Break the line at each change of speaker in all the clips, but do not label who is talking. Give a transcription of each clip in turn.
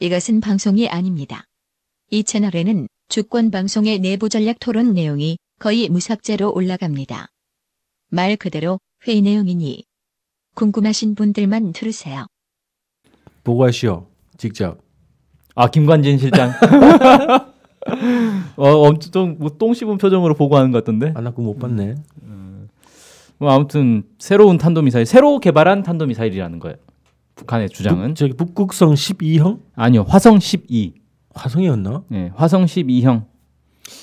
이것은 방송이 아닙니다. 이 채널에는 주권 방송의 내부 전략 토론 내용이 거의 무삭제로 올라갑니다. 말 그대로 회의 내용이니 궁금하신 분들만 들으세요.
보고하시오. 직접.
아 김관진 실장. 어, 엄청 뭐똥 씹은 표정으로 보고하는 것 같던데.
아, 나그못 봤네.
음. 뭐 아무튼 새로운 탄도미사일, 새로 개발한 탄도미사일이라는 거예요. 북한의 주장은
북- 저기 북극성 12형
아니요 화성 12.
화성이었나?
예, 화성 12형.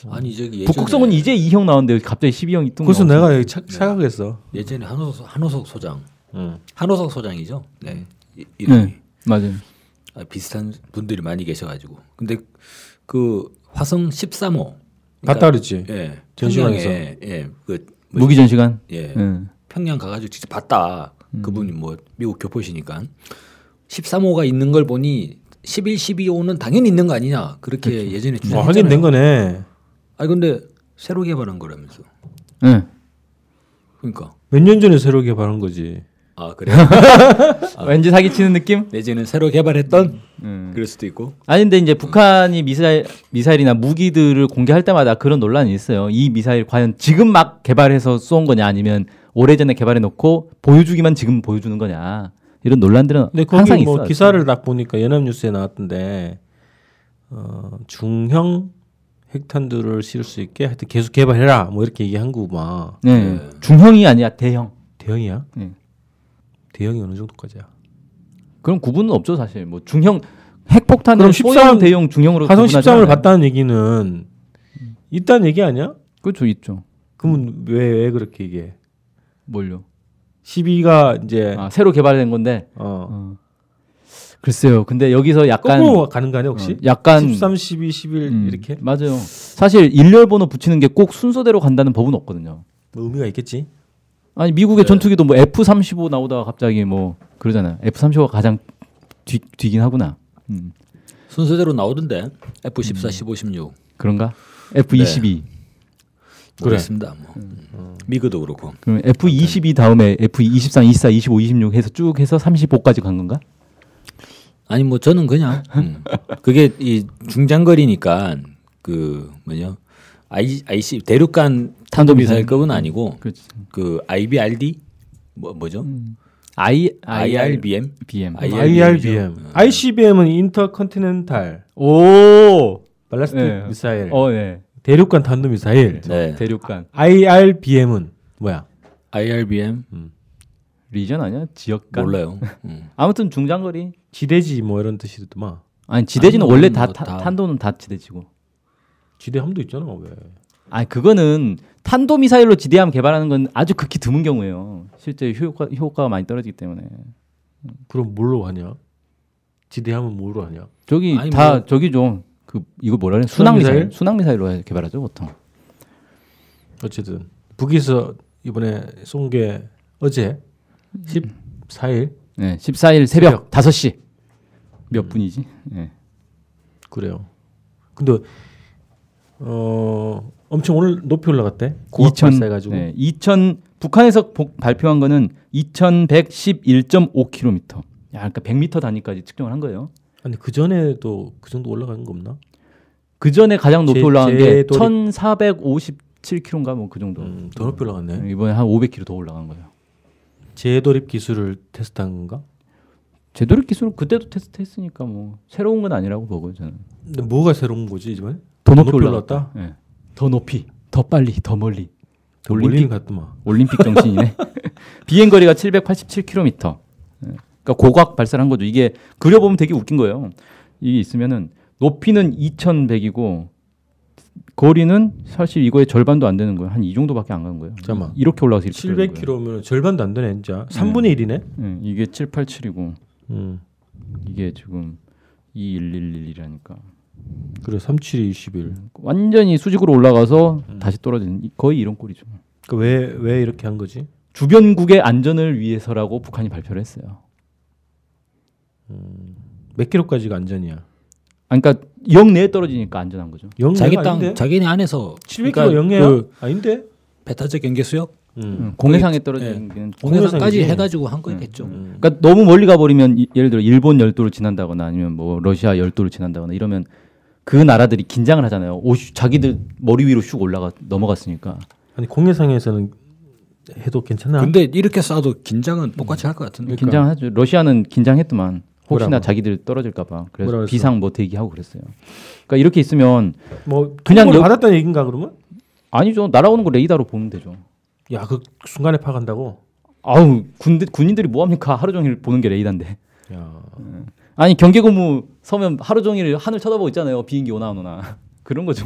아니 저기 예전에
북극성은 이제 2형 나왔는데 갑자기 12형이 뜬 거.
그래서 내가
네.
여기 착, 착각했어. 음.
예전에 한호석, 한호석 소장
응.
그러니까
한호석 소장이죠. 네 이- 이름이
네. 맞아요.
아, 비슷한 분들이 많이 계셔가지고 근데 그 화성 13호
갔다 그랬지.
예
전시관에서.
예그
무기 전시관.
예,
예.
평양 가가지고 직접 봤다. 그분이 뭐 미국 교포시니까 13호가 있는 걸 보니 11, 12호는 당연히 있는 거 아니냐 그렇게 예전에
아,
주장했잖아요.
확인된 거네.
아니 근데 새로 개발한 거라면서
예.
그러니까
몇 년 전에 새로 개발한 거지.
아 그래 아.
왠지 사기치는 느낌?
내지는 새로 개발했던
음.
그럴 수도 있고
아니 근데 이제 북한이 미사일 미사일이나 무기들을 공개할 때마다 그런 논란이 있어요. 이 미사일 과연 지금 막 개발해서 쏜 거냐 아니면 오래전에 개발해 놓고 보여주기만 지금 보여주는 거냐 이런 논란들은
근데 거기
항상
뭐
있어요.
기사를 딱 보니까 연합뉴스에 나왔던데 어, 중형 핵탄두를 실을 수 있게 하여튼 계속 개발해라 뭐 이렇게 얘기한 거구만.
네. 중형이 아니라 대형.
대형이야?
네.
대형이 어느 정도까지야?
그럼 구분은 없죠 사실. 뭐 중형 핵폭탄을
그럼
소형
13
대형 중형으로
화성
구분하지
13을
않아요. 음.
봤다는 얘기는 있다는 얘기 아니야?
그렇죠 있죠.
그러면 왜 왜 그렇게 얘기해?
뭘요?
12가 이제
아, 새로 개발된 건데
어
어. 글쎄요. 근데 여기서 약간
거꾸로 뭐 가는 거 아니야 혹시?
어, 약간
13, 12, 11
음,
이렇게
맞아요. 사실 일렬 번호 붙이는 게 꼭 순서대로 간다는 법은 없거든요.
뭐 의미가 있겠지?
음. 아니 미국의 전투기도 뭐 F-35 나오다가 갑자기 뭐 그러잖아요. F-35가 가장 뒤, 뒤긴 하구나. 음,
순서대로 나오던데 F14, 15, 16
그런가? F-22.
그래.
모르겠습니다. 뭐 미그도 그렇고
그럼 F-22 다음에 F-23, 24, 25, 26 해서 쭉 해서 35까지 간 건가?
아니 뭐 저는 그냥 음. 그게 이 중장거리니까 그 뭐냐 I, IC 대륙간 탄도미사일급은 아니고
음. 그렇지.
그 IBRD 뭐 뭐죠
I
IRBM
아,
BM.
I-
IRBM, ICBM은 인터컨티넨탈
음. 오.
발라스틱
네.
미사일,
어, 네.
대륙간 탄도 미사일.
네
대륙간.
IRBM은 뭐야?
IRBM
리전 아니야? 지역간.
몰라요 음.
아무튼 중장거리.
지대지 뭐 이런 뜻이더만.
아니 지대지는
아니,
원래
뭐
다,
다.
타- 탄도는 다 지대지고.
지대함도 있잖아 왜?
아 그거는 탄도 미사일로 지대함 개발하는 건 아주 극히 드문 경우예요. 실제 효과 효과가 많이 떨어지기 때문에
그럼 뭘로 하냐? 지대함은 뭘로 하냐?
저기
아니,
다
뭐-
저기 좀 그 이거 뭐라 그래
순항
순항
미사일?
미사일 순항 미사일로 해- 개발하죠 보통.
어쨌든 북에서 이번에 쏜 게 어제 14일
네, 14일 새벽, 5시 몇 분이지? 네.
그래요. 근데 어 엄청 오늘 높이 올라갔대. 고압
2000
발사해가지고
네, 2000 북한에서 복- 발표한 거는 2,111.5km. 야, 그러니까 100m 단위까지 측정을 한 거예요.
아니 그 전에도 그 정도 올라간 거 없나?
그 전에 가장 높이
제-
올라간 게
제도리-
1,457km인가 뭐 그 정도.
음, 더 높이 올라갔네.
이번에 한 500km 더 올라간 거예요.
재도립 기술을 테스트한 건가?
제도력 기술 그때도 테스트했으니까 뭐 새로운 건 아니라고 보고 저는
근데 뭐가 새로운 거지 이번에?
더
높이
높이 올라갔다.
올라갔다.
예. 더 높이, 더 빨리, 더 멀리.
올림픽 같더만.
올림픽 정신이네. 비행 거리가 787km. 그러니까 고각 발사를 한 거죠. 이게 그려보면 되게 웃긴 거예요. 이게 있으면은 높이는 2,100이고 거리는 사실 이거의 절반도 안 되는 거예요. 한 이 정도밖에 안 간 거예요.
잠깐만.
이렇게 올라가서 이렇게 떨어진 거예요.
700km면 절반도 안 되네 진짜. 3분의 1이네.
예, 이게 787이고
음.
이게 지금 2111이라니까.
그래 37이 21.
완전히 수직으로 올라가서
음.
다시 떨어지는 이- 거의 이런 꼴이죠.
그러니까 그왜왜 왜 이렇게 한 거지?
주변국의 안전을 위해서라고 북한이 발표를 했어요.
몇 킬로까지가 안전이야?
아, 그러니까 영 내에 떨어지니까 안전한 거죠.
영내
자기
아닌데?
땅 자기네 안에서
700km
그러니까
영해야?
그
아닌데?
배타적 경계 수역
음. 예.
음, 공해상에 떨어지는 게
공해상까지
공해상이지.
해가지고 한껏 했죠.
음.
그러니까 너무 멀리 가버리면 이- 예를 들어 일본 열도를 지난다거나 아니면 뭐 러시아 열도를 지난다거나 이러면 그 나라들이 긴장을 하잖아요. 오, 슈- 자기들 머리 위로 슉 올라가 넘어갔으니까.
아니 공해상에서는 해도 괜찮나?
근데 이렇게 쏴도 긴장은 똑같이 할 것
그러니까.
같은데. 그러니까
긴장하죠. 러시아는 긴장했더만 혹시나
그러니까. 뭐라고?
자기들 떨어질까봐
뭐라고
그래서
했어?
비상 뭐 대기하고 그랬어요. 그러니까 이렇게 있으면
뭐
그냥
그냥
여-
받았다는 얘긴가 그러면?
아니죠 날아오는 거 레이더로 보면 되죠.
야 그 순간에 파간다고?
아우 군 군인들이 뭐 합니까 하루 종일 보는 게 레이더인데. 예.
야
아니 경계 근무 서면 하루 종일 하늘 쳐다보고 있잖아요 비행기 오나 안 오나 그런
음.
거죠.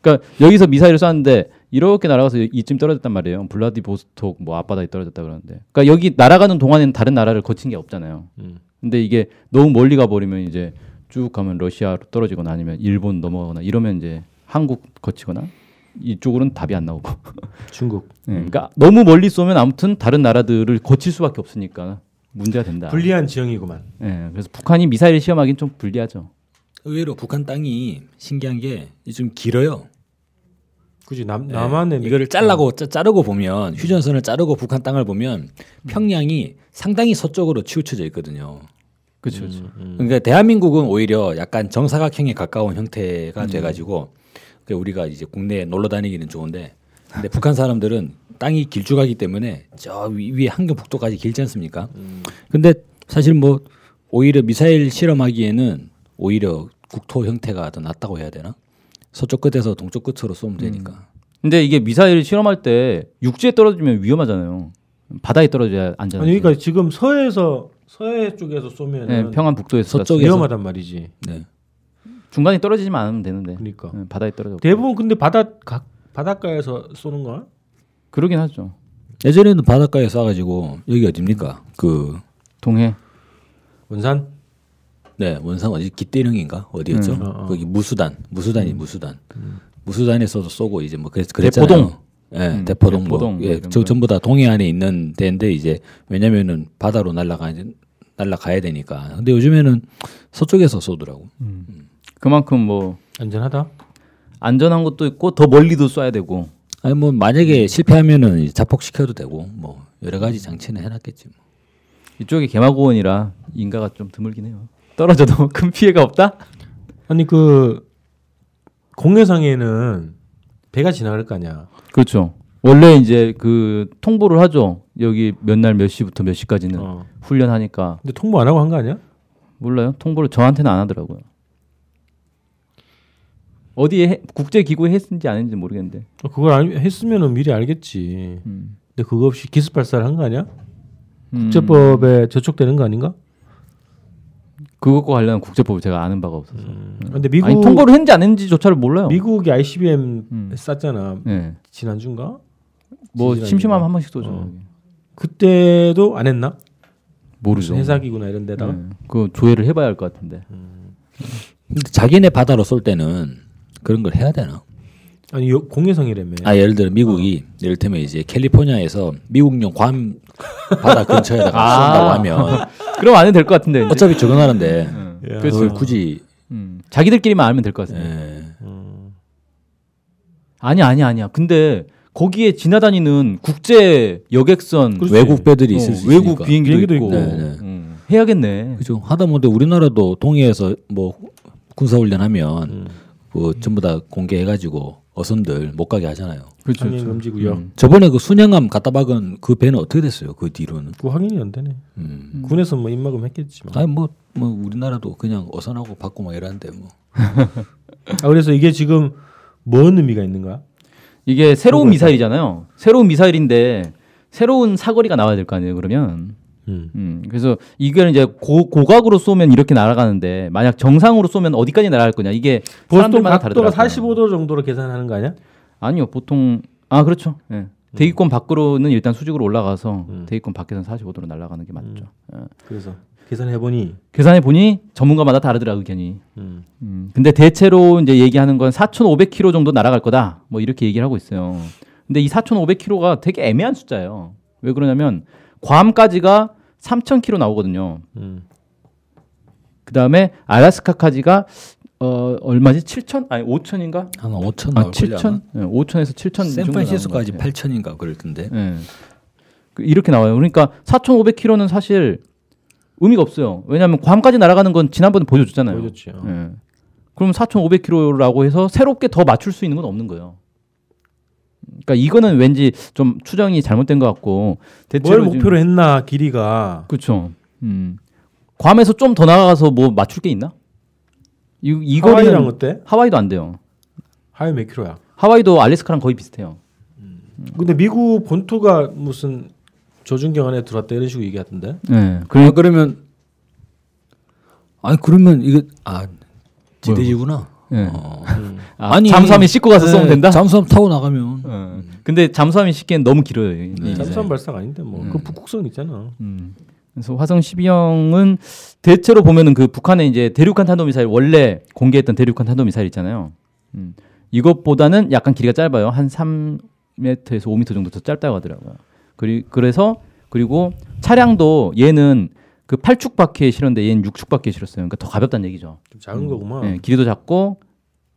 그러니까 여기서 미사일을 쐈는데 이렇게 날아가서 이쯤 떨어졌단 말이에요. 블라디보스톡 뭐 앞바다에 떨어졌다 그러는데. 그러니까 여기 날아가는 동안에는 다른 나라를 거친 게 없잖아요.
음.
근데 이게 너무 멀리 가 버리면 이제 쭉 가면 러시아로 떨어지거나 아니면 일본 넘어가거나 이러면 이제 한국 거치거나 이쪽으로는 답이 안 나오고.
중국
예, 그러니까 너무 멀리 쏘면 아무튼 다른 나라들을 거칠 수밖에 없으니까 문제가 된다.
불리한 지형이구만.
예, 그래서 북한이 미사일을 시험하기는 좀 불리하죠.
의외로 북한 땅이 신기한 게 좀 길어요.
그지 남 남한에
네. 이거를 잘라고 짜- 자르고 보면 휴전선을 자르고 북한 땅을 보면 평양이 상당히 서쪽으로 치우쳐져 있거든요.
그렇죠.
그러니까 대한민국은 오히려 약간 정사각형에 가까운 형태가 돼가지고 그 우리가 이제 국내에 놀러 다니기는 좋은데 근데 북한 사람들은 땅이 길쭉하기 때문에 저 위- 위에 한경북도까지 길지 않습니까? 근데 사실 뭐 오히려 미사일 실험하기에는 오히려 국토 형태가 더 낫다고 해야 되나? 서쪽 끝에서 동쪽 끝으로 쏘면 되니까.
근데 이게 미사일을 실험할 때 육지에 떨어지면 위험하잖아요. 바다에 떨어져야 안전하죠.
아니 그러니까 지금 서해에서 서해 쪽에서 쏘면
예, 평안 북도에서
네, 서쪽에-
위험하단 말이지.
네.
중간에 떨어지지만 않으면 되는데.
그러니까
예, 바다에 떨어져.
대부분 근데 바다 가, 바닷가에서 쏘는 거야?
그러긴 하죠.
예전에는 바닷가에 쏴가지고 여기 어딥니까? 그
동해.
원산?
네, 원상 어디 기대령인가 어디였죠?
음.
어, 어.
거기 무수단, 무수단이 무수단, 무수단에서도 쏘고 이제 뭐 그랬, 그랬잖아요.
대포동.
예,
음,
대포동,
대포동
뭐, 예,
이런
저
거.
전부 다 동해안에 있는 데인데 이제 왜냐면은 바다로 날라가 날라가야 되니까. 근데 요즘에는 서쪽에서 쏘더라고.
그만큼 뭐
안전하다.
안전한 것도 있고 더 멀리도 쏴야 되고.
아니 뭐 만약에 실패하면은 이제 자폭시켜도 되고 뭐 여러 가지 장치는 해놨겠지. 뭐.
이쪽이 개마고원이라 인가가 좀 드물긴 해요. 떨어져도 큰 피해가 없다?
아니 그 공해상에는 배가 지나갈 거 아니야.
그렇죠. 원래 이제 그 통보를 하죠. 여기 몇 날 몇 시부터 몇 시까지는
어.
훈련하니까
근데 통보 안 하고 한 거 아니야?
몰라요. 통보를 저한테는 안 하더라고요. 어디에 해- 국제기구에 했는지 안 했는지 모르겠는데.
어, 그걸 알, 했으면은 미리 알겠지.
음.
근데 그거 없이 기습 발사를 한 거 아니야?
음,
국제법에 저촉되는 거 아닌가?
그것과 관련한 국제법을 제가 아는 바가 없어서.
음. 근데 미국
음. 아니 통보를 했는지 안 했는지조차를 몰라요.
미국이 ICBM
음.
쐈잖아.
예.
지난주인가?
뭐
지지라니까.
심심하면 한 번씩 쏘죠.
어.
여기.
그때도 안 했나?
모르죠.
회사기구나 이런 데다가
예. 그 조회를 해봐야 할 것 같은데.
근데 자기네 바다로 쏠 때는 그런 걸 해야 되나?
아니 요- 공해상이라며.
아 예를 들어 미국이 예를 들면 이제 캘리포니아에서 미국령 괌 바다 근처에다가
아.
쏜다고 하면
그럼 안 해도 될 것 같은데. 이제.
어차피 적은 나라인데
야,
그걸 굳이
음, 자기들끼리만 알면 될 것 같습니다.
예.
아니야, 아니야, 아니야. 근데 거기에 지나다니는 국제 여객선,
그렇지.
외국 배들이
어,
그렇죠. 있을 수
외국
있으니까
비행기도,
비행기도
있고
있고.
네, 그렇죠, 네.
음, 해야겠네.
그죠 하다못해 우리나라도 동해에서 뭐 군사 훈련하면 그 전부 다 공개해가지고 어선들 못 가게 하잖아요.
그렇죠.
항행 금지구역.
저번에 그 순양함 갖다 박은 그 배는 어떻게 됐어요? 그 뒤로는 음.
그 확인이 안 되네. 군에서 뭐 입막음 했겠지. 뭐.
아니 뭐. 뭐 우리나라도 그냥 어선하고 받고 막 이러는데 뭐
아 그래서 이게 지금 뭔 의미가 있는 거야?
이게 새로운 미사일이잖아요. 새로운 미사일인데 새로운 사거리가 나와야 될 거 아니에요. 그러면.
음.
음, 그래서 이게 이제 고, 고각으로 쏘면 이렇게 날아가는데 만약 정상으로 쏘면 어디까지 날아갈 거냐 이게
보스턴
사람들마다
각도가
다르더라고요.
45도 정도로 계산하는 거 아니야?
아니요 보통 아 그렇죠. 예. 대기권 밖으로는 일단 수직으로 올라가서
음.
대기권 밖에서는 45도로 날아가는 게 맞죠. 예.
그래서 계산해 보니
계산해 보니 전문가마다 다르더라 의견이.
음.
음, 근데 대체로 이제 얘기하는 건 4,500km 정도 날아갈 거다. 뭐 이렇게 얘기를 하고 있어요. 근데 이 4,500km가 되게 애매한 숫자예요. 왜 그러냐면 괌까지가 3,000km 나오거든요.
음.
그다음에 알래스카까지가 어 얼마지? 7천 아니 5천인가?
한 5천
아
나올
7천? 예, 5천에서 7천
샌프란시스코까지 8천인가 그럴 텐데.
예. 그 이렇게 나와요. 그러니까 4,500km는 사실 의미가 없어요. 왜냐하면 괌까지 날아가는 건 지난번에 보여줬잖아요.
보여줬죠.
예. 그럼 4,500km라고 해서 새롭게 더 맞출 수 있는 건 없는 거예요. 그러니까 이거는 왠지 좀 추정이 잘못된 것 같고 대체로
뭘 목표로 했나 길이가
그렇죠. 음. 괌에서 좀 더 나가서 뭐 맞출 게 있나? 이, 이
하와이랑
거리는
어때?
하와이도 안 돼요.
하와이 몇 킬로야?
하와이도 알래스카랑 거의 비슷해요. 음.
근데 미국 본토가 무슨 조준경 안에 들어왔다 이런 식으로 얘기하던데.
네.
아, 그러면 아니 그러면 이거 아 지대지구나.
네.
어.
아, 잠수함에 씻고 가서 쏘면
네,
된다.
잠수함 타고 나가면
어. 근데 잠수함이 씻기엔 너무 길어요. 이
네.
이제.
잠수함 발사가 아닌데 뭐 그 북극성 있잖아.
음. 그래서 화성 12형은 대체로 보면은 그 북한의 이제 대륙간 탄도미사일 원래 공개했던 대륙간 탄도미사일 있잖아요. 음. 이것보다는 약간 길이가 짧아요. 한 3m에서 5m 정도 더 짧다고 하더라고요. 그리, 그래서 그리고 차량도 얘는 그 8축 바퀴에 실었는데 얘는 6축 바퀴에 실었어요. 그러니까 더 가볍다는 얘기죠.
좀 작은 거구만.
예, 길이도 작고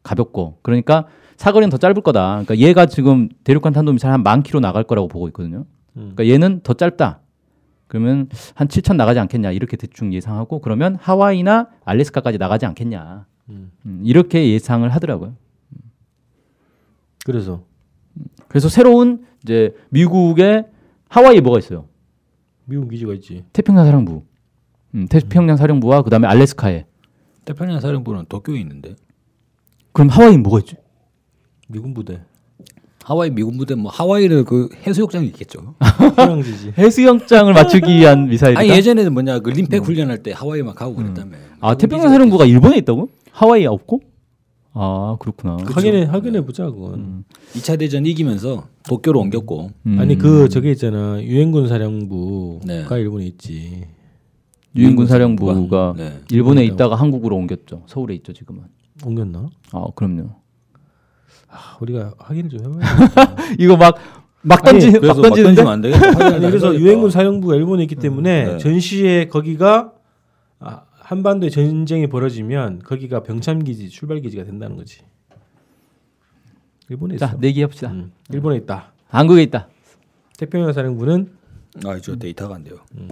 가볍고 그러니까 사거리는 더 짧을 거다. 그러니까 얘가 지금 대륙간 탄도미사일 한 만 킬로 나갈 거라고 보고 있거든요.
음.
그러니까 얘는 더 짧다. 그러면 한 7천 나가지 않겠냐 이렇게 대충 예상하고 그러면 하와이나 알래스카까지 나가지 않겠냐
음.
음, 이렇게 예상을 하더라고요.
그래서
그래서 새로운 이제 미국의 하와이에 뭐가 있어요?
미국 기지가 있지.
태평양 사령부, 음, 태평양 사령부와 그다음에 알래스카에
태평양 사령부는 도쿄에 있는데
그럼 하와이는 뭐가 있지?
미군 부대.
하와이 미군 부대 뭐 하와이를 그 해수욕장이 있겠죠.
태양 기지.
해수영장을 맞추기 위한 아, 미사일이다.
아니 예전에는 뭐냐 그 림팩 훈련할 때 하와이 막 가고 그랬다며.
음. 아 태평양 사령부가 일본에 있다고? 하와이에 없고? 아 그렇구나.
확인해 확인해 보자 그건.
2차 대전 이기면서 도쿄로 옮겼고
음.
아니 그 저게 있잖아 유엔군 사령부가
네.
일본에 있지.
유엔군 사령부가
네.
일본에 있다가 한국으로 옮겼죠. 서울에 있죠 지금은.
옮겼나?
아 그럼요.
아, 우리가 확인을 좀 해봐야.
이거 막 막 던지 막
그래서 막
던지는데
던지면 안 되겠다.
아니 그래서 유엔군 사령부가 일본에 있기 때문에
네.
전시에 거기가 아, 한반도에 전쟁이 벌어지면 거기가 병참 기지 출발 기지가 된다는 거지. 일본에 있어.
자네 내기합시다.
음, 일본에 있다.
한국에 있다.
태평양 사령부는
아저 데이터가 안 돼요.
음.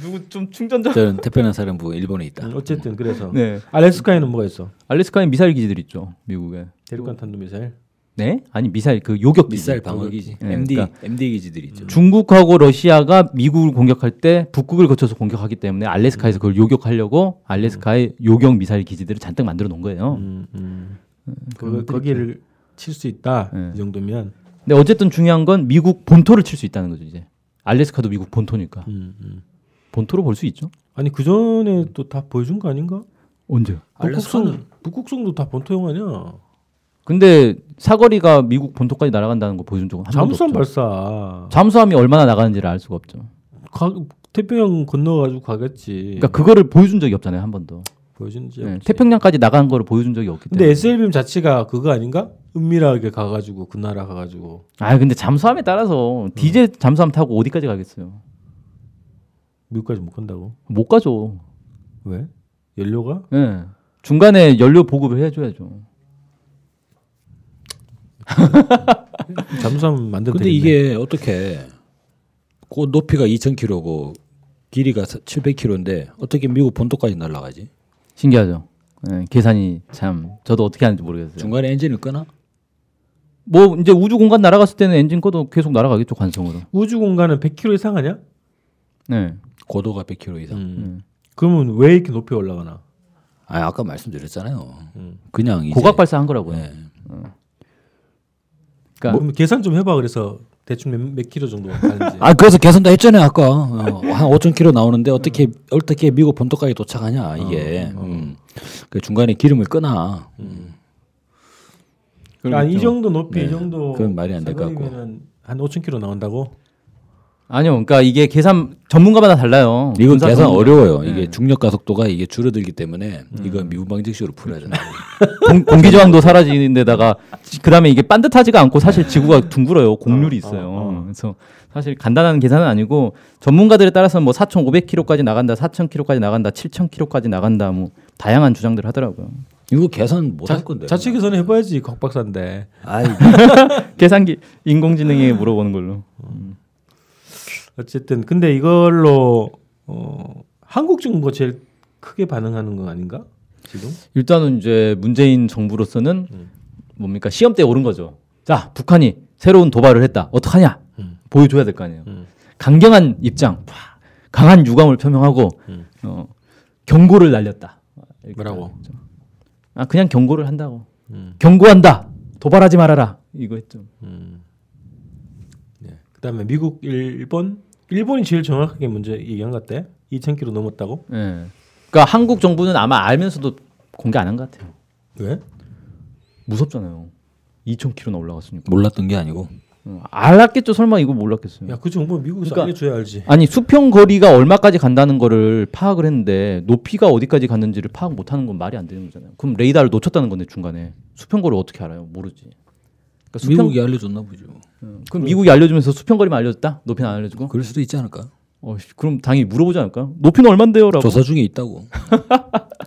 누구 좀 충전자.
저는 태평양 사령부 일본에 있다.
음, 어쨌든 그래서
네.
알래스카에는 뭐가 있어?
알래스카에 미사일 기지들 있죠 미국에.
대륙간 탄도미사일.
네? 아니 미사일 그 요격 기지.
미사일 방어기지
네,
MD
그러니까
MD 기지들 있죠.
중국하고 러시아가 미국을 공격할 때 북극을 거쳐서 공격하기 때문에 알래스카에서 그걸 요격하려고 알래스카에 요격 미사일 기지들을 잔뜩 만들어 놓은 거예요.
음, 음. 그,
그런
거기를 칠 수 있다
네.
이 정도면.
근데 어쨌든 중요한 건 미국 본토를 칠 수 있다는 거죠 이제. 알래스카도 미국 본토니까
음, 음.
본토로 볼 수 있죠.
아니 그 전에 또 다 보여준 거 아닌가?
언제?
북극성
알래스카는-
북극성도 다 본토 영화냐?
근데 사거리가 미국 본토까지 날아간다는 거 보여준 적은 한 번도
잠수함
없죠.
발사.
잠수함이 얼마나 나가는지를 알 수가 없죠.
가, 태평양 건너가지고
예.
가겠지.
그러니까 그거를 보여준 적이 없잖아요 한 번도.
보여준지.
네, 태평양까지 나간 거를 보여준 적이 없기
근데
때문에.
SLBM 자체가 그거 아닌가? 은밀하게 가가지고 그 나라 가가지고
아 근데 잠수함에 따라서
음.
디젤 잠수함 타고 어디까지 가겠어요?
미국까지 못 간다고?
못 가죠.
왜? 연료가?
예. 중간에 연료 보급을 해줘야죠.
잠수함 만들면
근데 이게 어떻게 그 높이가 2,000km고 길이가 700km인데 어떻게 미국 본토까지 날아가지?
신기하죠. 예, 계산이 참 저도 어떻게 하는지 모르겠어요.
중간에 엔진을 끄나?
뭐 이제 우주 공간 날아갔을 때는 엔진 꺼도 계속 날아가겠죠 관성으로.
우주 공간은 100km 이상 하냐?
네.
고도가 100km 이상.
음.
그러면 왜 이렇게 높이 올라가나?
아 아까 말씀드렸잖아요. 그냥 이제
음. 고각 발사한 거라고요. 예.
네.
그러니까-
그럼 계산 좀 해봐. 그래서 대충 몇, 몇 킬로 정도
네.
가는지.
아 그래서 계산도 했잖아요 아까 어, 한 5,000km 나오는데 어떻게 어떻게 미국 본토까지 도착하냐 이게
어,
음. 그 중간에 기름을 끄나 음.
아니, 이 정도 높이
네,
이 정도
그건 말이 안될것 같고.
사거리면은 한 5,000km 나온다고?
아니요. 그러니까 이게 계산 전문가마다 달라요.
이건
군사
계산
전문가.
음. 어려워요.
네. 음.
이게 중력 가속도가 이게 줄어들기 때문에 이건 미분 방정식으로 풀어야 되나.
공, 공기 저항도 사라지는 데다가 지- 그다음에 이게 반듯하지가 않고 사실 지구가 둥글어요. 곡률이 있어요. 그래서 사실 간단한 계산은 아니고 전문가들에 따라서는 뭐 4,500km까지 나간다, 4,000km까지 나간다, 7,000km까지 나간다 뭐 다양한 주장들 하더라고요.
이거 계산 못 할 건데.
자체 계산을 해봐야지 곽 박사인데.
아,
계산기 인공지능에 물어보는 걸로.
어쨌든 근데 이걸로 어, 한국 정부가 제일 크게 반응하는 거 아닌가 지금?
일단은 이제 문재인 정부로서는 뭡니까 시험 때 오른 거죠. 자 북한이 새로운 도발을 했다. 어떡하냐
음.
보여줘야 될 거 아니에요.
음.
강경한 입장, 파, 강한 유감을 표명하고
음.
어, 경고를 날렸다. 이렇게
뭐라고?
했죠. 아 그냥 경고를 한다고.
음.
경고한다. 도발하지 말아라. 이거 했죠.
음. 네. 그다음에 미국, 일본, 일본이 제일 정확하게 문제 얘기한 것 같대. 2,000km 넘었다고?
예. 그러니까 한국 정부는 아마 알면서도 공개 안 한 것 같아요.
왜?
무섭잖아요. 2,000km나 올라갔으니까.
몰랐던 게 아니고.
어, 알았겠죠. 설마 이거 몰랐겠어요.
야 그 정보 미국에서
그러니까-
알려줘야 알지.
아니 수평 거리가 얼마까지 간다는 거를 파악을 했는데 높이가 어디까지 갔는지를 파악 못하는 건 말이 안 되는 거잖아요. 그럼 레이더를 놓쳤다는 건데 중간에 수평 거리 어떻게 알아요? 모르지. 그러니까 수평
미국이 알려줬나 보죠.
음, 그럼 미국이 알려주면서 수평 거리만 알려줬다? 높이는 안 알려주고?
그럴 수도 있지 않을까?
어, 씨, 그럼 당연히 물어보지 않을까요? 높이는 얼만데요라고.
조사 중에 있다고.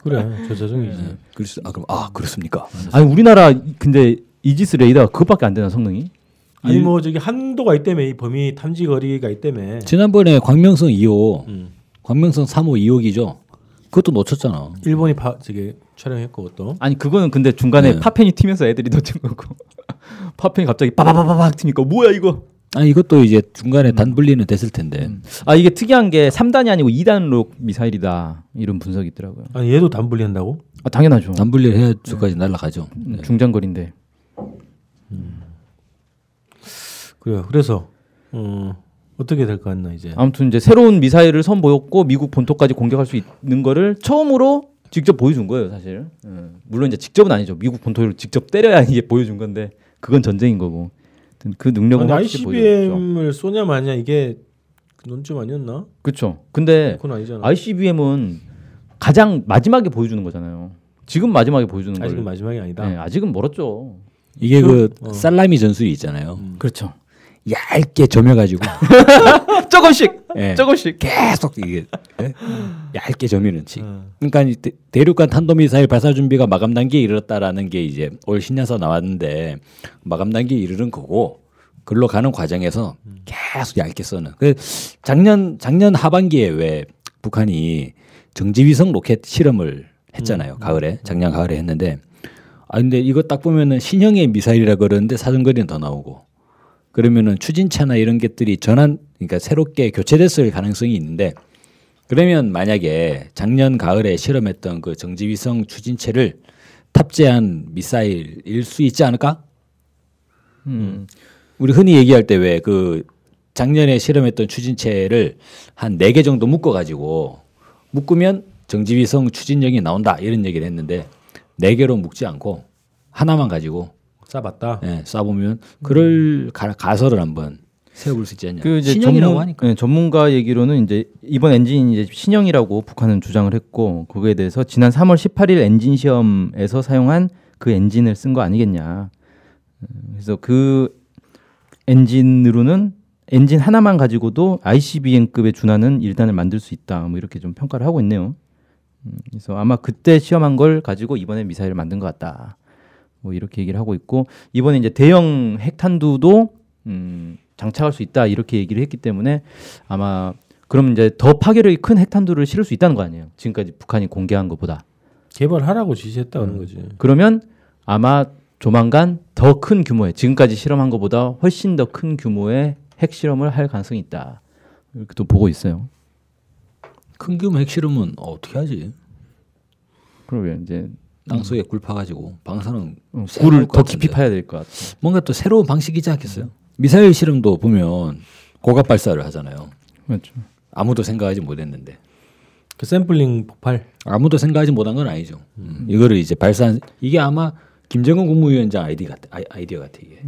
그래 저자정이지.
네. 그럴 수, 아 그럼 아 그렇습니까?
아니 우리나라 이- 근데 이지스 레이더가 그것밖에 안 되나 성능이?
아니 뭐 저기 한도가 있다며 이 범위 탐지 거리가 있다며.
지난번에 광명성 2호,
음.
광명성 3호 2호기죠. 그것도 놓쳤잖아.
일본이 파 저기 촬영했고 그것도.
아니 그거는 근데 중간에
네.
파편이 튀면서 애들이 놓친 거고 파편이 갑자기 빠바바바박 튀니까 뭐야 이거?
아 이것도 이제 중간에 단분리는 됐을 텐데.
아 이게 특이한 게 3단이 아니고 2단로 미사일이다 이런 분석이 있더라고요.
아니 얘도 단분리한다고?
아 당연하죠.
단분리를 해야 저까지 날아가죠. 네.
음, 중장거리인데.
그래 그래서 어, 어떻게 될 것 같나 이제.
아무튼 이제 새로운 미사일을 선보였고 미국 본토까지 공격할 수 있는 거를 처음으로 직접 보여준 거예요, 사실. 예. 물론 이제 직접은 아니죠. 미국 본토를 직접 때려야 이게 보여준 건데 그건 전쟁인 거고. 아무튼 그 능력은
아니,
확실히 보여줬죠.
ICBM을 쏘냐 마냐 이게 그 논점 아니었나?
그렇죠. 근데
그건 아니잖아.
ICBM은 가장 마지막에 보여주는 거잖아요. 지금 마지막에 보여주는
아직은
걸.
마지막이 아니다.
예, 아직은 멀었죠.
이게 그 살라미 전술이 있잖아요.
그렇죠.
얇게 점여가지고
조금씩,
예.
조금씩.
계속 이게 예? 얇게 점이는 지. 그러니까 이 대- 대륙간 탄도미사일 발사 준비가 마감 단계에 이르렀다라는 게 이제 올 신년사 나왔는데 마감 단계에 이르는 거고 글로 가는 과정에서 계속 얇게 써는. 그 작년 작년 하반기에 왜 북한이 정지위성 로켓 실험을 했잖아요. 가을에 작년 가을에 했는데 아 근데 이거 딱 보면은 신형의 미사일이라 그러는데 사정거리는 더 나오고 그러면은 추진차나 이런 것들이 전환 그러니까 새롭게 교체됐을 가능성이 있는데 그러면 만약에 작년 가을에 실험했던 그 정지위성 추진체를 탑재한 미사일일 수 있지 않을까?
음.
우리 흔히 얘기할 때 왜 그 작년에 실험했던 추진체를 한 네 개 정도 묶어 가지고 묶으면 정지위성 추진력이 나온다 이런 얘기를 했는데 네개로 묶지 않고 하나만 가지고
싸봤다.
네.
예, 쏴보면 그럴 가, 가설을 한번 세워볼 수 있지 않냐.
그 이제
음. 신형이라고
전문,
하니까.
예, 전문가 얘기로는 이제 이번 엔진이 이제 신형이라고 북한은 주장을 했고 그거에 대해서 지난 3월 18일 엔진 시험에서 사용한 그 엔진을 쓴 거 아니겠냐. 음, 그래서 그 엔진으로는 엔진 하나만 가지고도 ICBM급에 준하는 일단을 만들 수 있다. 뭐 이렇게 좀 평가를 하고 있네요. 음, 그래서 아마 그때 시험한 걸 가지고 이번에 미사일을 만든 것 같다. 뭐 이렇게 얘기를 하고 있고 이번에 이제 대형 핵탄두도 음, 장착할 수 있다 이렇게 얘기를 했기 때문에 아마 그럼 이제 더 파괴력이 큰 핵탄두를 실을 수 있다는 거 아니에요. 지금까지 북한이 공개한 것보다.
개발하라고 지시했다는
음.
거지.
그러면 아마 조만간 더 큰 규모의 지금까지 실험한 것보다 훨씬 더 큰 규모의 핵 실험을 할 가능성이 있다. 이렇게 또 보고 있어요.
큰 규모 핵실험은 어떻게 하지?
그러면 이제
땅속에 굴 파가지고 방사능
어,
음. 새로
굴을
올
더
음, 것
깊이
같은데. 음.
파야 될 것 같아요.
뭔가 또 새로운 방식이지 않겠어요? 미사일 실험도 보면 고각 발사를 하잖아요.
맞죠.
그렇죠. 아무도 생각하지 못했는데
그 샘플링 폭발.
아무도 생각하지 못한 건 아니죠. 음, 이거를 이제 발사한 이게 아마 김정은 국무위원장 아이디 같아 아이- 아이디어 같아 이게.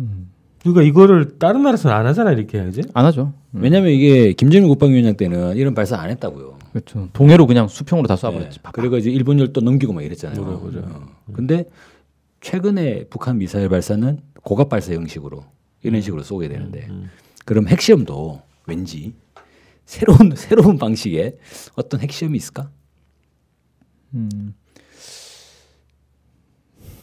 그러니까 이거를 다른 나라에서는 안 하잖아 이렇게 해야지.
안 하죠. 음.
왜냐면 이게 김정일 국방위원장 때는 이런 발사 안 했다고요.
그렇죠. 동해로 그냥 수평으로 다 쏴버렸지.
네. 그리고 이제 일본 열도 넘기고 막 이랬잖아요.
그래요, 그래요.
어. 근데 최근에 북한 미사일 발사는 고각 발사 형식으로 이런 식으로 쏘게 되는데 그럼 핵시험도 왠지 새로운 새로운 방식의 어떤 핵시험이 있을까?
음.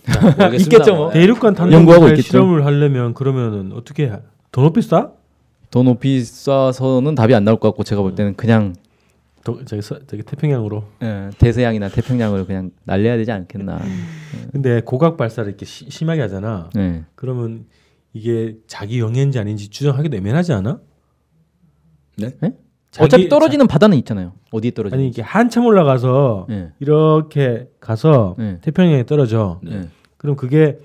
모르겠습니다. 네.
있겠죠, 뭐.
대륙간
연구하고
탄도미사일
있겠죠.
실험을 하려면 그러면은 어떻게 해? 더 높이 쏴?
더 높이 쏴서는 답이 안 나올 것 같고 제가 볼 때는 그냥
더, 저기 서- 저기 태평양으로.
예, 대서양이나 태평양으로 그냥 날려야 되지 않겠나. 네.
근데 고각 발사를 이렇게 시- 심하게 하잖아.
예.
그러면 이게 자기 영역인지 아닌지 추정하기도 애매하지 않아? 자기-
어차피 떨어지는 바다는 있잖아요. 어디에 떨어지?
아니 이게 한참 올라가서
예.
이렇게 가서
예.
태평양에 떨어져.
네.
예.
그럼 그게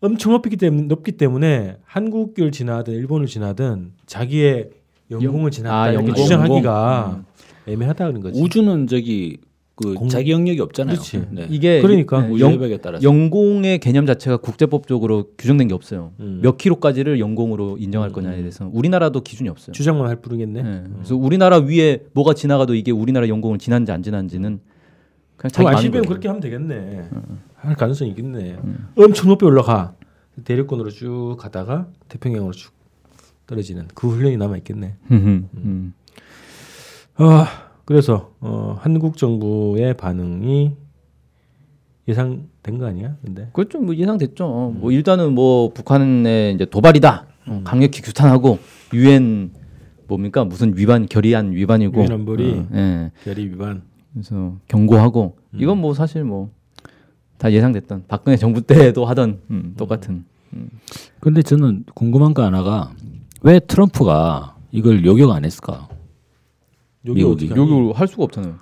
엄청 높기 때문에 높기 때문에 한국을 지나든 일본을 지나든 자기의 영공을 지났다
아,
이렇게
영공. 음.
주장하기가 애매하다 그런 거지.
우주는 저기 그
공-
자기 영역이 없잖아요.
그렇지.
네.
이게
그러니까.
예,
우주
영,
협약에 따라서
영공의 개념 자체가 국제법적으로 규정된 게 없어요.
음.
몇 킬로까지를 영공으로 인정할 거냐에 대해서 우리나라도 기준이 없어요.
주장만 할 뿐이겠네. 뭐 음.
예. 그래서 우리나라 위에 뭐가 지나가도 이게 우리나라 영공을 지난지 안 지난지는 그냥 자기
그럼
음, 마음인
ICBM
거예요.
그렇게 하면 되겠네. 할 가능성이 있겠네.
음.
엄청 높이 올라가 대륙권으로 쭉 가다가 태평양으로 쭉 떨어지는 그 훈련이 남아 있겠네.
음, 음.
아 그래서 어, 한국 정부의 반응이 예상된 거 아니야? 근데
그것 좀뭐 예상됐죠. 어, 뭐 일단은 뭐 북한의 이제 도발이다. 어, 강력히 규탄하고 유엔 뭡니까 무슨 위반 결의안 위반이고.
유엔 안보리.
어, 예.
결의 위반.
그래서 경고하고 이건 뭐 사실 뭐 다 예상됐던 박근혜 정부 때도 하던 음, 똑같은.
근데 저는 궁금한 거 하나가 왜 트럼프가 이걸 요격 안 했을까?
여기
미국이.
어디?
여기 할 수가 없잖아요.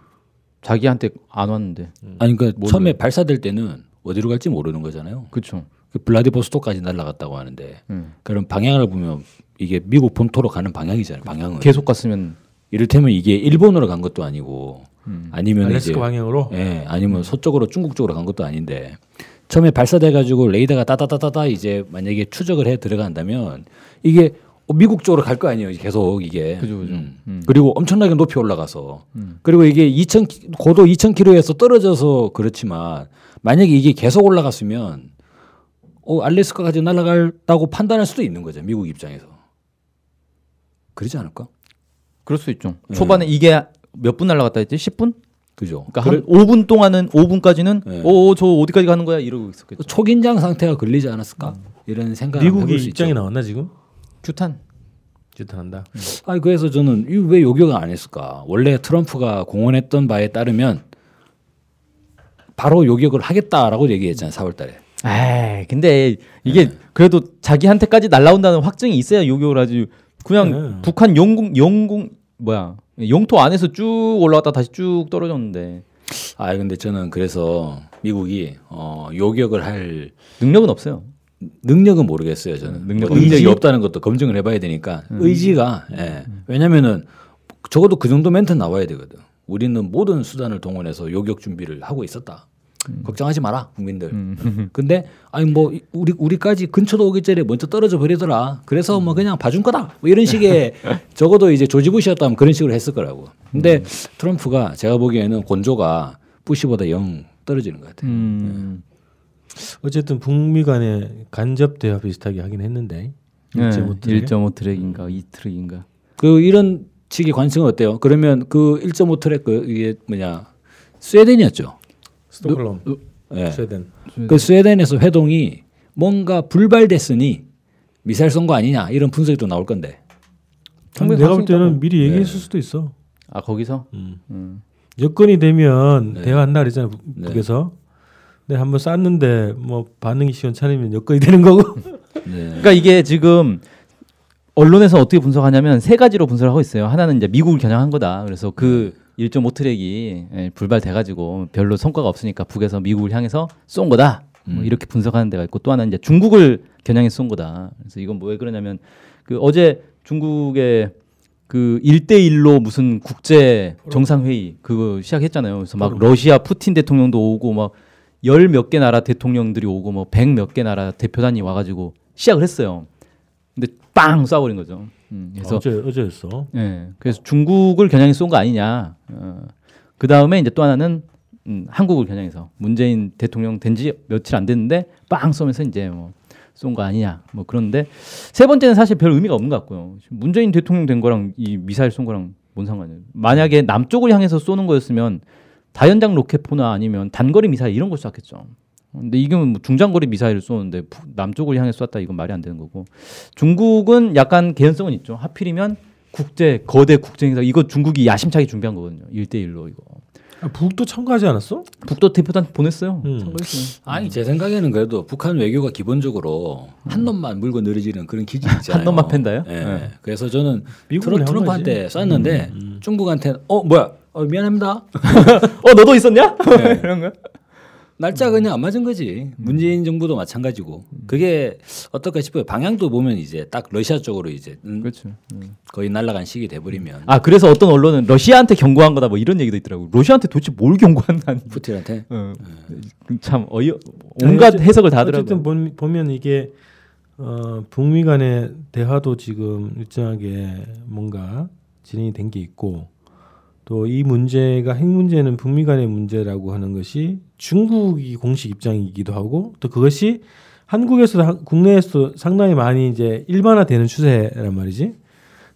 자기한테 안 왔는데.
아니 그러니까 처음에 발사될 때는 어디로 갈지 모르는 거잖아요.
그렇죠.
그 블라디보스토크까지 날아갔다고 하는데
음.
그럼 방향을 보면 이게 미국 본토로 가는 방향이잖아요. 방향은
계속 갔으면
이를테면 이게 일본으로 간 것도 아니고 아니면 이제
알래스카 방향으로.
예, 아니면 서쪽으로 중국 쪽으로 간 것도 아닌데 처음에 발사돼 가지고 레이더가 따다다다다 이제 만약에 추적을 해 들어간다면 이게 어, 미국 쪽으로 갈 거 아니에요. 계속 이게
그죠, 음. 그죠.
리고 엄청나게 높이 올라가서 그리고 이게 2000 고도 2000km에서 떨어져서 그렇지만 만약에 이게 계속 올라갔으면 어, 알래스카까지 날아갈다고 판단할 수도 있는 거죠. 미국 입장에서 그러지 않을까?
그럴 수 있죠. 초반에 이게 몇 분 날라갔다 했지? 10분?
그죠?
그러니까 한 5분 동안은 5분까지는 오, 저 어디까지 가는 거야 이러고 있었겠죠.
초긴장 그 상태가 걸리지 않았을까?
음.
이런 생각을
미국의
해볼 수 있죠. 음.
입장이 나왔나 지금?
규탄.
지탄한다.
아니 그래서 저는 이왜 요격을 안 했을까? 원래 트럼프가 공언했던 바에 따르면 바로 요격을 하겠다라고 얘기했잖아요. 4월달에.
에이, 근데 이게 그래도 자기한테까지 날라온다는 확증이 있어야 요격을 하지. 그냥
네.
북한 영공 영공 뭐야 영토 안에서 쭉 올라갔다 다시 쭉 떨어졌는데
아 근데 저는 그래서 미국이 어, 요격을 할
능력은 없어요.
능력은 모르겠어요. 저는
음, 능력
뭐 능력이
의지?
없다는 것도 검증을 해봐야 되니까
음.
의지가 예. 왜냐면은 적어도 그 정도 멘트 나와야 되거든. 우리는 모든 수단을 동원해서 요격 준비를 하고 있었다.
음.
걱정하지 마라 국민들. 근데 아니 뭐 이- 우리 우리까지 근처도 오기 전에 먼저 떨어져 버리더라. 그래서 뭐 그냥 봐준 거다. 뭐 이런 식의 적어도 이제 조지 부시였다면 그런 식으로 했을 거라고. 근데
음.
트럼프가 제가 보기에는 곤조가 부시보다 영 떨어지는 것 같아. 요
음,
어쨌든 북미 간의 간접 대화 비슷하게 하긴 했는데
네.
네, 일제 못 들게.
1.5 트랙인가 2 트랙인가.
그 이런 식의 관심은 어때요? 그러면 그 1.5 트랙 그 이게 뭐냐 스웨덴이었죠.
스톡홀름,
예.
스웨덴.
그 스웨덴에서 회동이 뭔가 불발됐으니 미사일 쏜 거 아니냐 이런 분석이 또 나올 건데.
아니, 내가 볼 때는 미리 얘기했을
네.
수도 있어.
아 거기서
여건이 되면
네.
대화한다 그랬잖아 북- 북에서. 근데 한번 쌌는데 뭐 반응이 시원찮으면 여건이 되는 거고.
그러니까 이게 지금 언론에서 어떻게 분석하냐면 세 가지로 분석을 하고 있어요. 하나는 이제 미국을 겨냥한 거다. 그래서 그 1.5 트랙이 예, 불발돼 가지고 별로 성과가 없으니까 북에서 미국을 향해서 쏜 거다. 뭐 이렇게 분석하는 데가 있고 또 하나는 이제 중국을 겨냥해 쏜 거다. 그래서 이건 뭐 왜 그러냐면 그 어제 중국의 그 1대1로 무슨 국제 정상회의 그거 시작했잖아요. 그래서 막 러시아 푸틴 대통령도 오고 막 열 몇 개 나라 대통령들이 오고 뭐 백 몇 개 나라 대표단이 와가지고 시작을 했어요. 근데 빵 쏴버린 거죠. 음, 그래서
어제 어제였어.
예, 그래서 중국을 겨냥해서 쏜 거 아니냐. 어, 그 다음에 이제 또 하나는 음, 한국을 겨냥해서 문재인 대통령 된 지 며칠 안 됐는데 빵 쏘면서 이제 뭐 쏜 거 아니냐. 뭐 그런데 세 번째는 사실 별 의미가 없는 것 같고요. 지금 문재인 대통령 된 거랑 이 미사일 쏜 거랑 뭔 상관이에요. 만약에 남쪽을 향해서 쏘는 거였으면 다연장 로켓포나 아니면 단거리 미사일 이런 걸 쐈겠죠. 근데 이건 뭐 중장거리 미사일을 쏘는데 부- 남쪽을 향해 쐈다 이건 말이 안 되는 거고 중국은 약간 개연성은 있죠. 하필이면 국제 거대 국제 행사 이거 중국이 야심차게 준비한 거거든요. 1대1로 이거.
아, 북도 참가하지 않았어?
북도 대표단 보냈어요.
음.
참가했어요.
아니 제 생각에는 그래도 북한 외교가 기본적으로 한 놈만 물고 늘어지는 그런 기질 있잖아요.
한 놈만 팬다요?
예.
네.
그래서 저는
미국을
트럼,
향한
트럼프한테 쐈는데 중국한테 어 뭐야 어, 미안합니다.
어 너도 있었냐?
네,
이런 거.
날짜 그냥 안 맞은 거지. 문재인 정부도 마찬가지고 그게 어떨까 싶어요. 방향도 보면 이제 딱 러시아 쪽으로 이제 음,
그렇죠. 음.
거의 음. 날아간 시기 돼버리면
아 그래서 어떤 언론은 러시아한테 경고한 거다 뭐 이런 얘기도 있더라고. 러시아한테 도대체 뭘 경고한 건
푸틴한테
어, 참 어이 네, 온갖
아니, 네. 어째-
해석을 다 하더라고.
어쨌든 본- 보면 이게 어, 북미 간의 대화도 지금 일정하게 뭔가 진행이 된 게 있고 또 이 문제가 핵 문제는 북미 간의 문제라고 하는 것이 중국이 공식 입장이기도 하고 또 그것이 한국에서도 하- 국내에서도 상당히 많이 이제 일반화되는 추세란 말이지.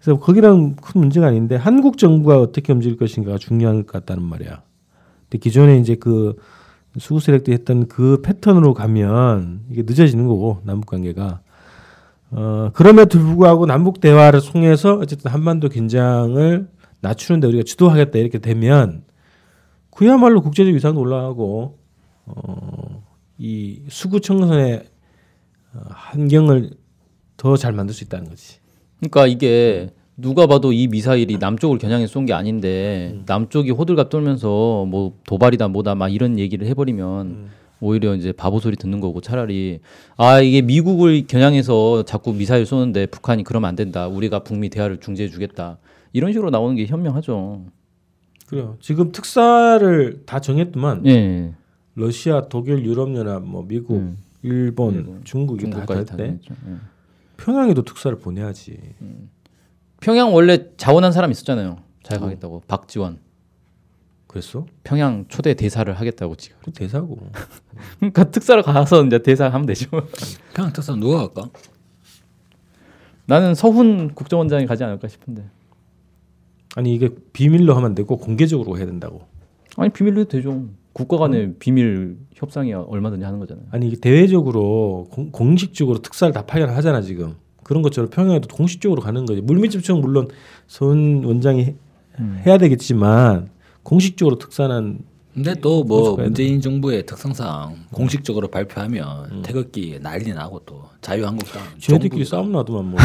그래서 거기랑 큰 문제가 아닌데 한국 정부가 어떻게 움직일 것인가가 중요한 것 같다는 말이야. 근데 기존에 이제 그 수구 세력들이 했던 그 패턴으로 가면 이게 늦어지는 거고 남북 관계가 어, 그럼에도 불구하고 남북 대화를 통해서 어쨌든 한반도 긴장을 낮추는데 우리가 주도하겠다 이렇게 되면 그야말로 국제적 위상도 올라가고 어, 이 수구 청선의 어, 환경을 더 잘 만들 수 있다는 거지.
그러니까 이게 누가 봐도 이 미사일이 남쪽을 겨냥해 쏜 게 아닌데
음.
남쪽이 호들갑 떨면서 뭐 도발이다 뭐다 막 이런 얘기를 해버리면
음.
오히려 이제 바보 소리 듣는 거고 차라리 아 이게 미국을 겨냥해서 자꾸 미사일 쏘는데 북한이 그러면 안 된다 우리가 북미 대화를 중재해 주겠다 이런 식으로 나오는 게 현명하죠.
그래요. 지금 특사를 다 정했더만
예.
러시아, 독일, 유럽연합, 뭐 미국,
음.
일본, 중국이 다
중국까지 다
했대.
했죠. 예.
평양에도 특사를 보내야지.
평양 원래 자원한 사람 있었잖아요.
음.
잘 가겠다고 박지원
그랬어?
평양 초대 대사를 하겠다고 지금.
그 대사고.
그러니까 특사로 가서 이제 대사 하면 되죠.
평양 특사 누가 갈까?
나는 서훈 국정원장이 가지 않을까 싶은데.
아니 이게 비밀로 하면 안 되고 공개적으로 해야 된다고.
아니 비밀로 해도 되죠. 국가 간의 비밀 협상이 얼마든지 하는 거잖아요.
아니 이게 대외적으로 공, 공식적으로 특사를 다 파견하잖아 지금. 그런 것처럼 평양에도 공식적으로 가는 거지. 물밑집청 물론 손 원장이 해- 해야 되겠지만 공식적으로 특사는
근데 또 뭐
모스크바에는.
문재인 정부의 특성상 공식적으로 발표하면 태극기 난리 나고 또 자유한국당
쟤들끼리 싸움 나도만 뭐.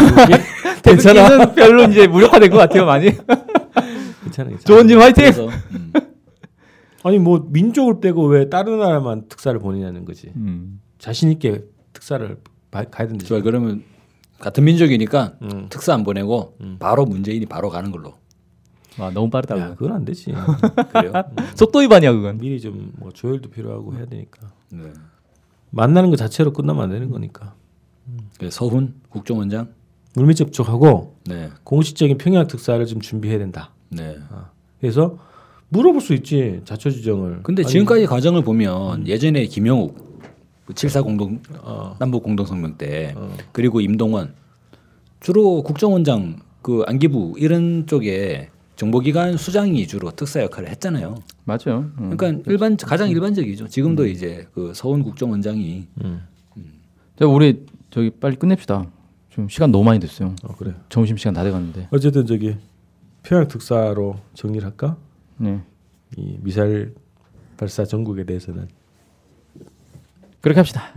괜찮아. 별로 이제 무력화된 것 같아요 많이.
괜찮아. 괜찮아.
조원님 화이팅.
그래서 음,
아니 뭐 민족을 빼고 왜 다른 나라만 특사를 보내냐는 거지.
음.
자신 있게 특사를 바- 가야 된다.
좋아 그러면 같은 민족이니까 음.
음.
특사 안 보내고 바로 문재인이 바로 가는 걸로
와 아, 너무 빠르다.
야,
고
그건 안 되지.
음. 그래요?
속도 위반이야 그건.
미리 좀 뭐 조율도 필요하고 해야 되니까.
네.
만나는 것 자체로 끝나면 안 되는 거니까.
그래서 서훈 국정원장
물밑 접촉하고
네,
공식적인 평양 특사를 좀 준비해야 된다.
네.
그래서 물어볼 수 있지 자초 지정을.
근데 지금까지 과정을 보면 예전에 김영욱 74 공동
어.
남북 공동 성명 때
어.
그리고 임동원 주로 국정원장 그 안기부 이런 쪽에 정보기관 수장이 주로 특사 역할을 했잖아요.
맞아요. 음.
그러니까 일반 가장 일반적이죠. 지금도 이제 그 서훈 국정원장이
음.
자 우리 저기 빨리 끝냅시다. 지금 시간 너무 많이 됐어요.
어, 그래.
점심 시간 다 돼가는데.
어쨌든 저기 평양 특사로 정리를 할까?
네.
이 미사일 발사 전국에 대해서는
그렇게 합시다.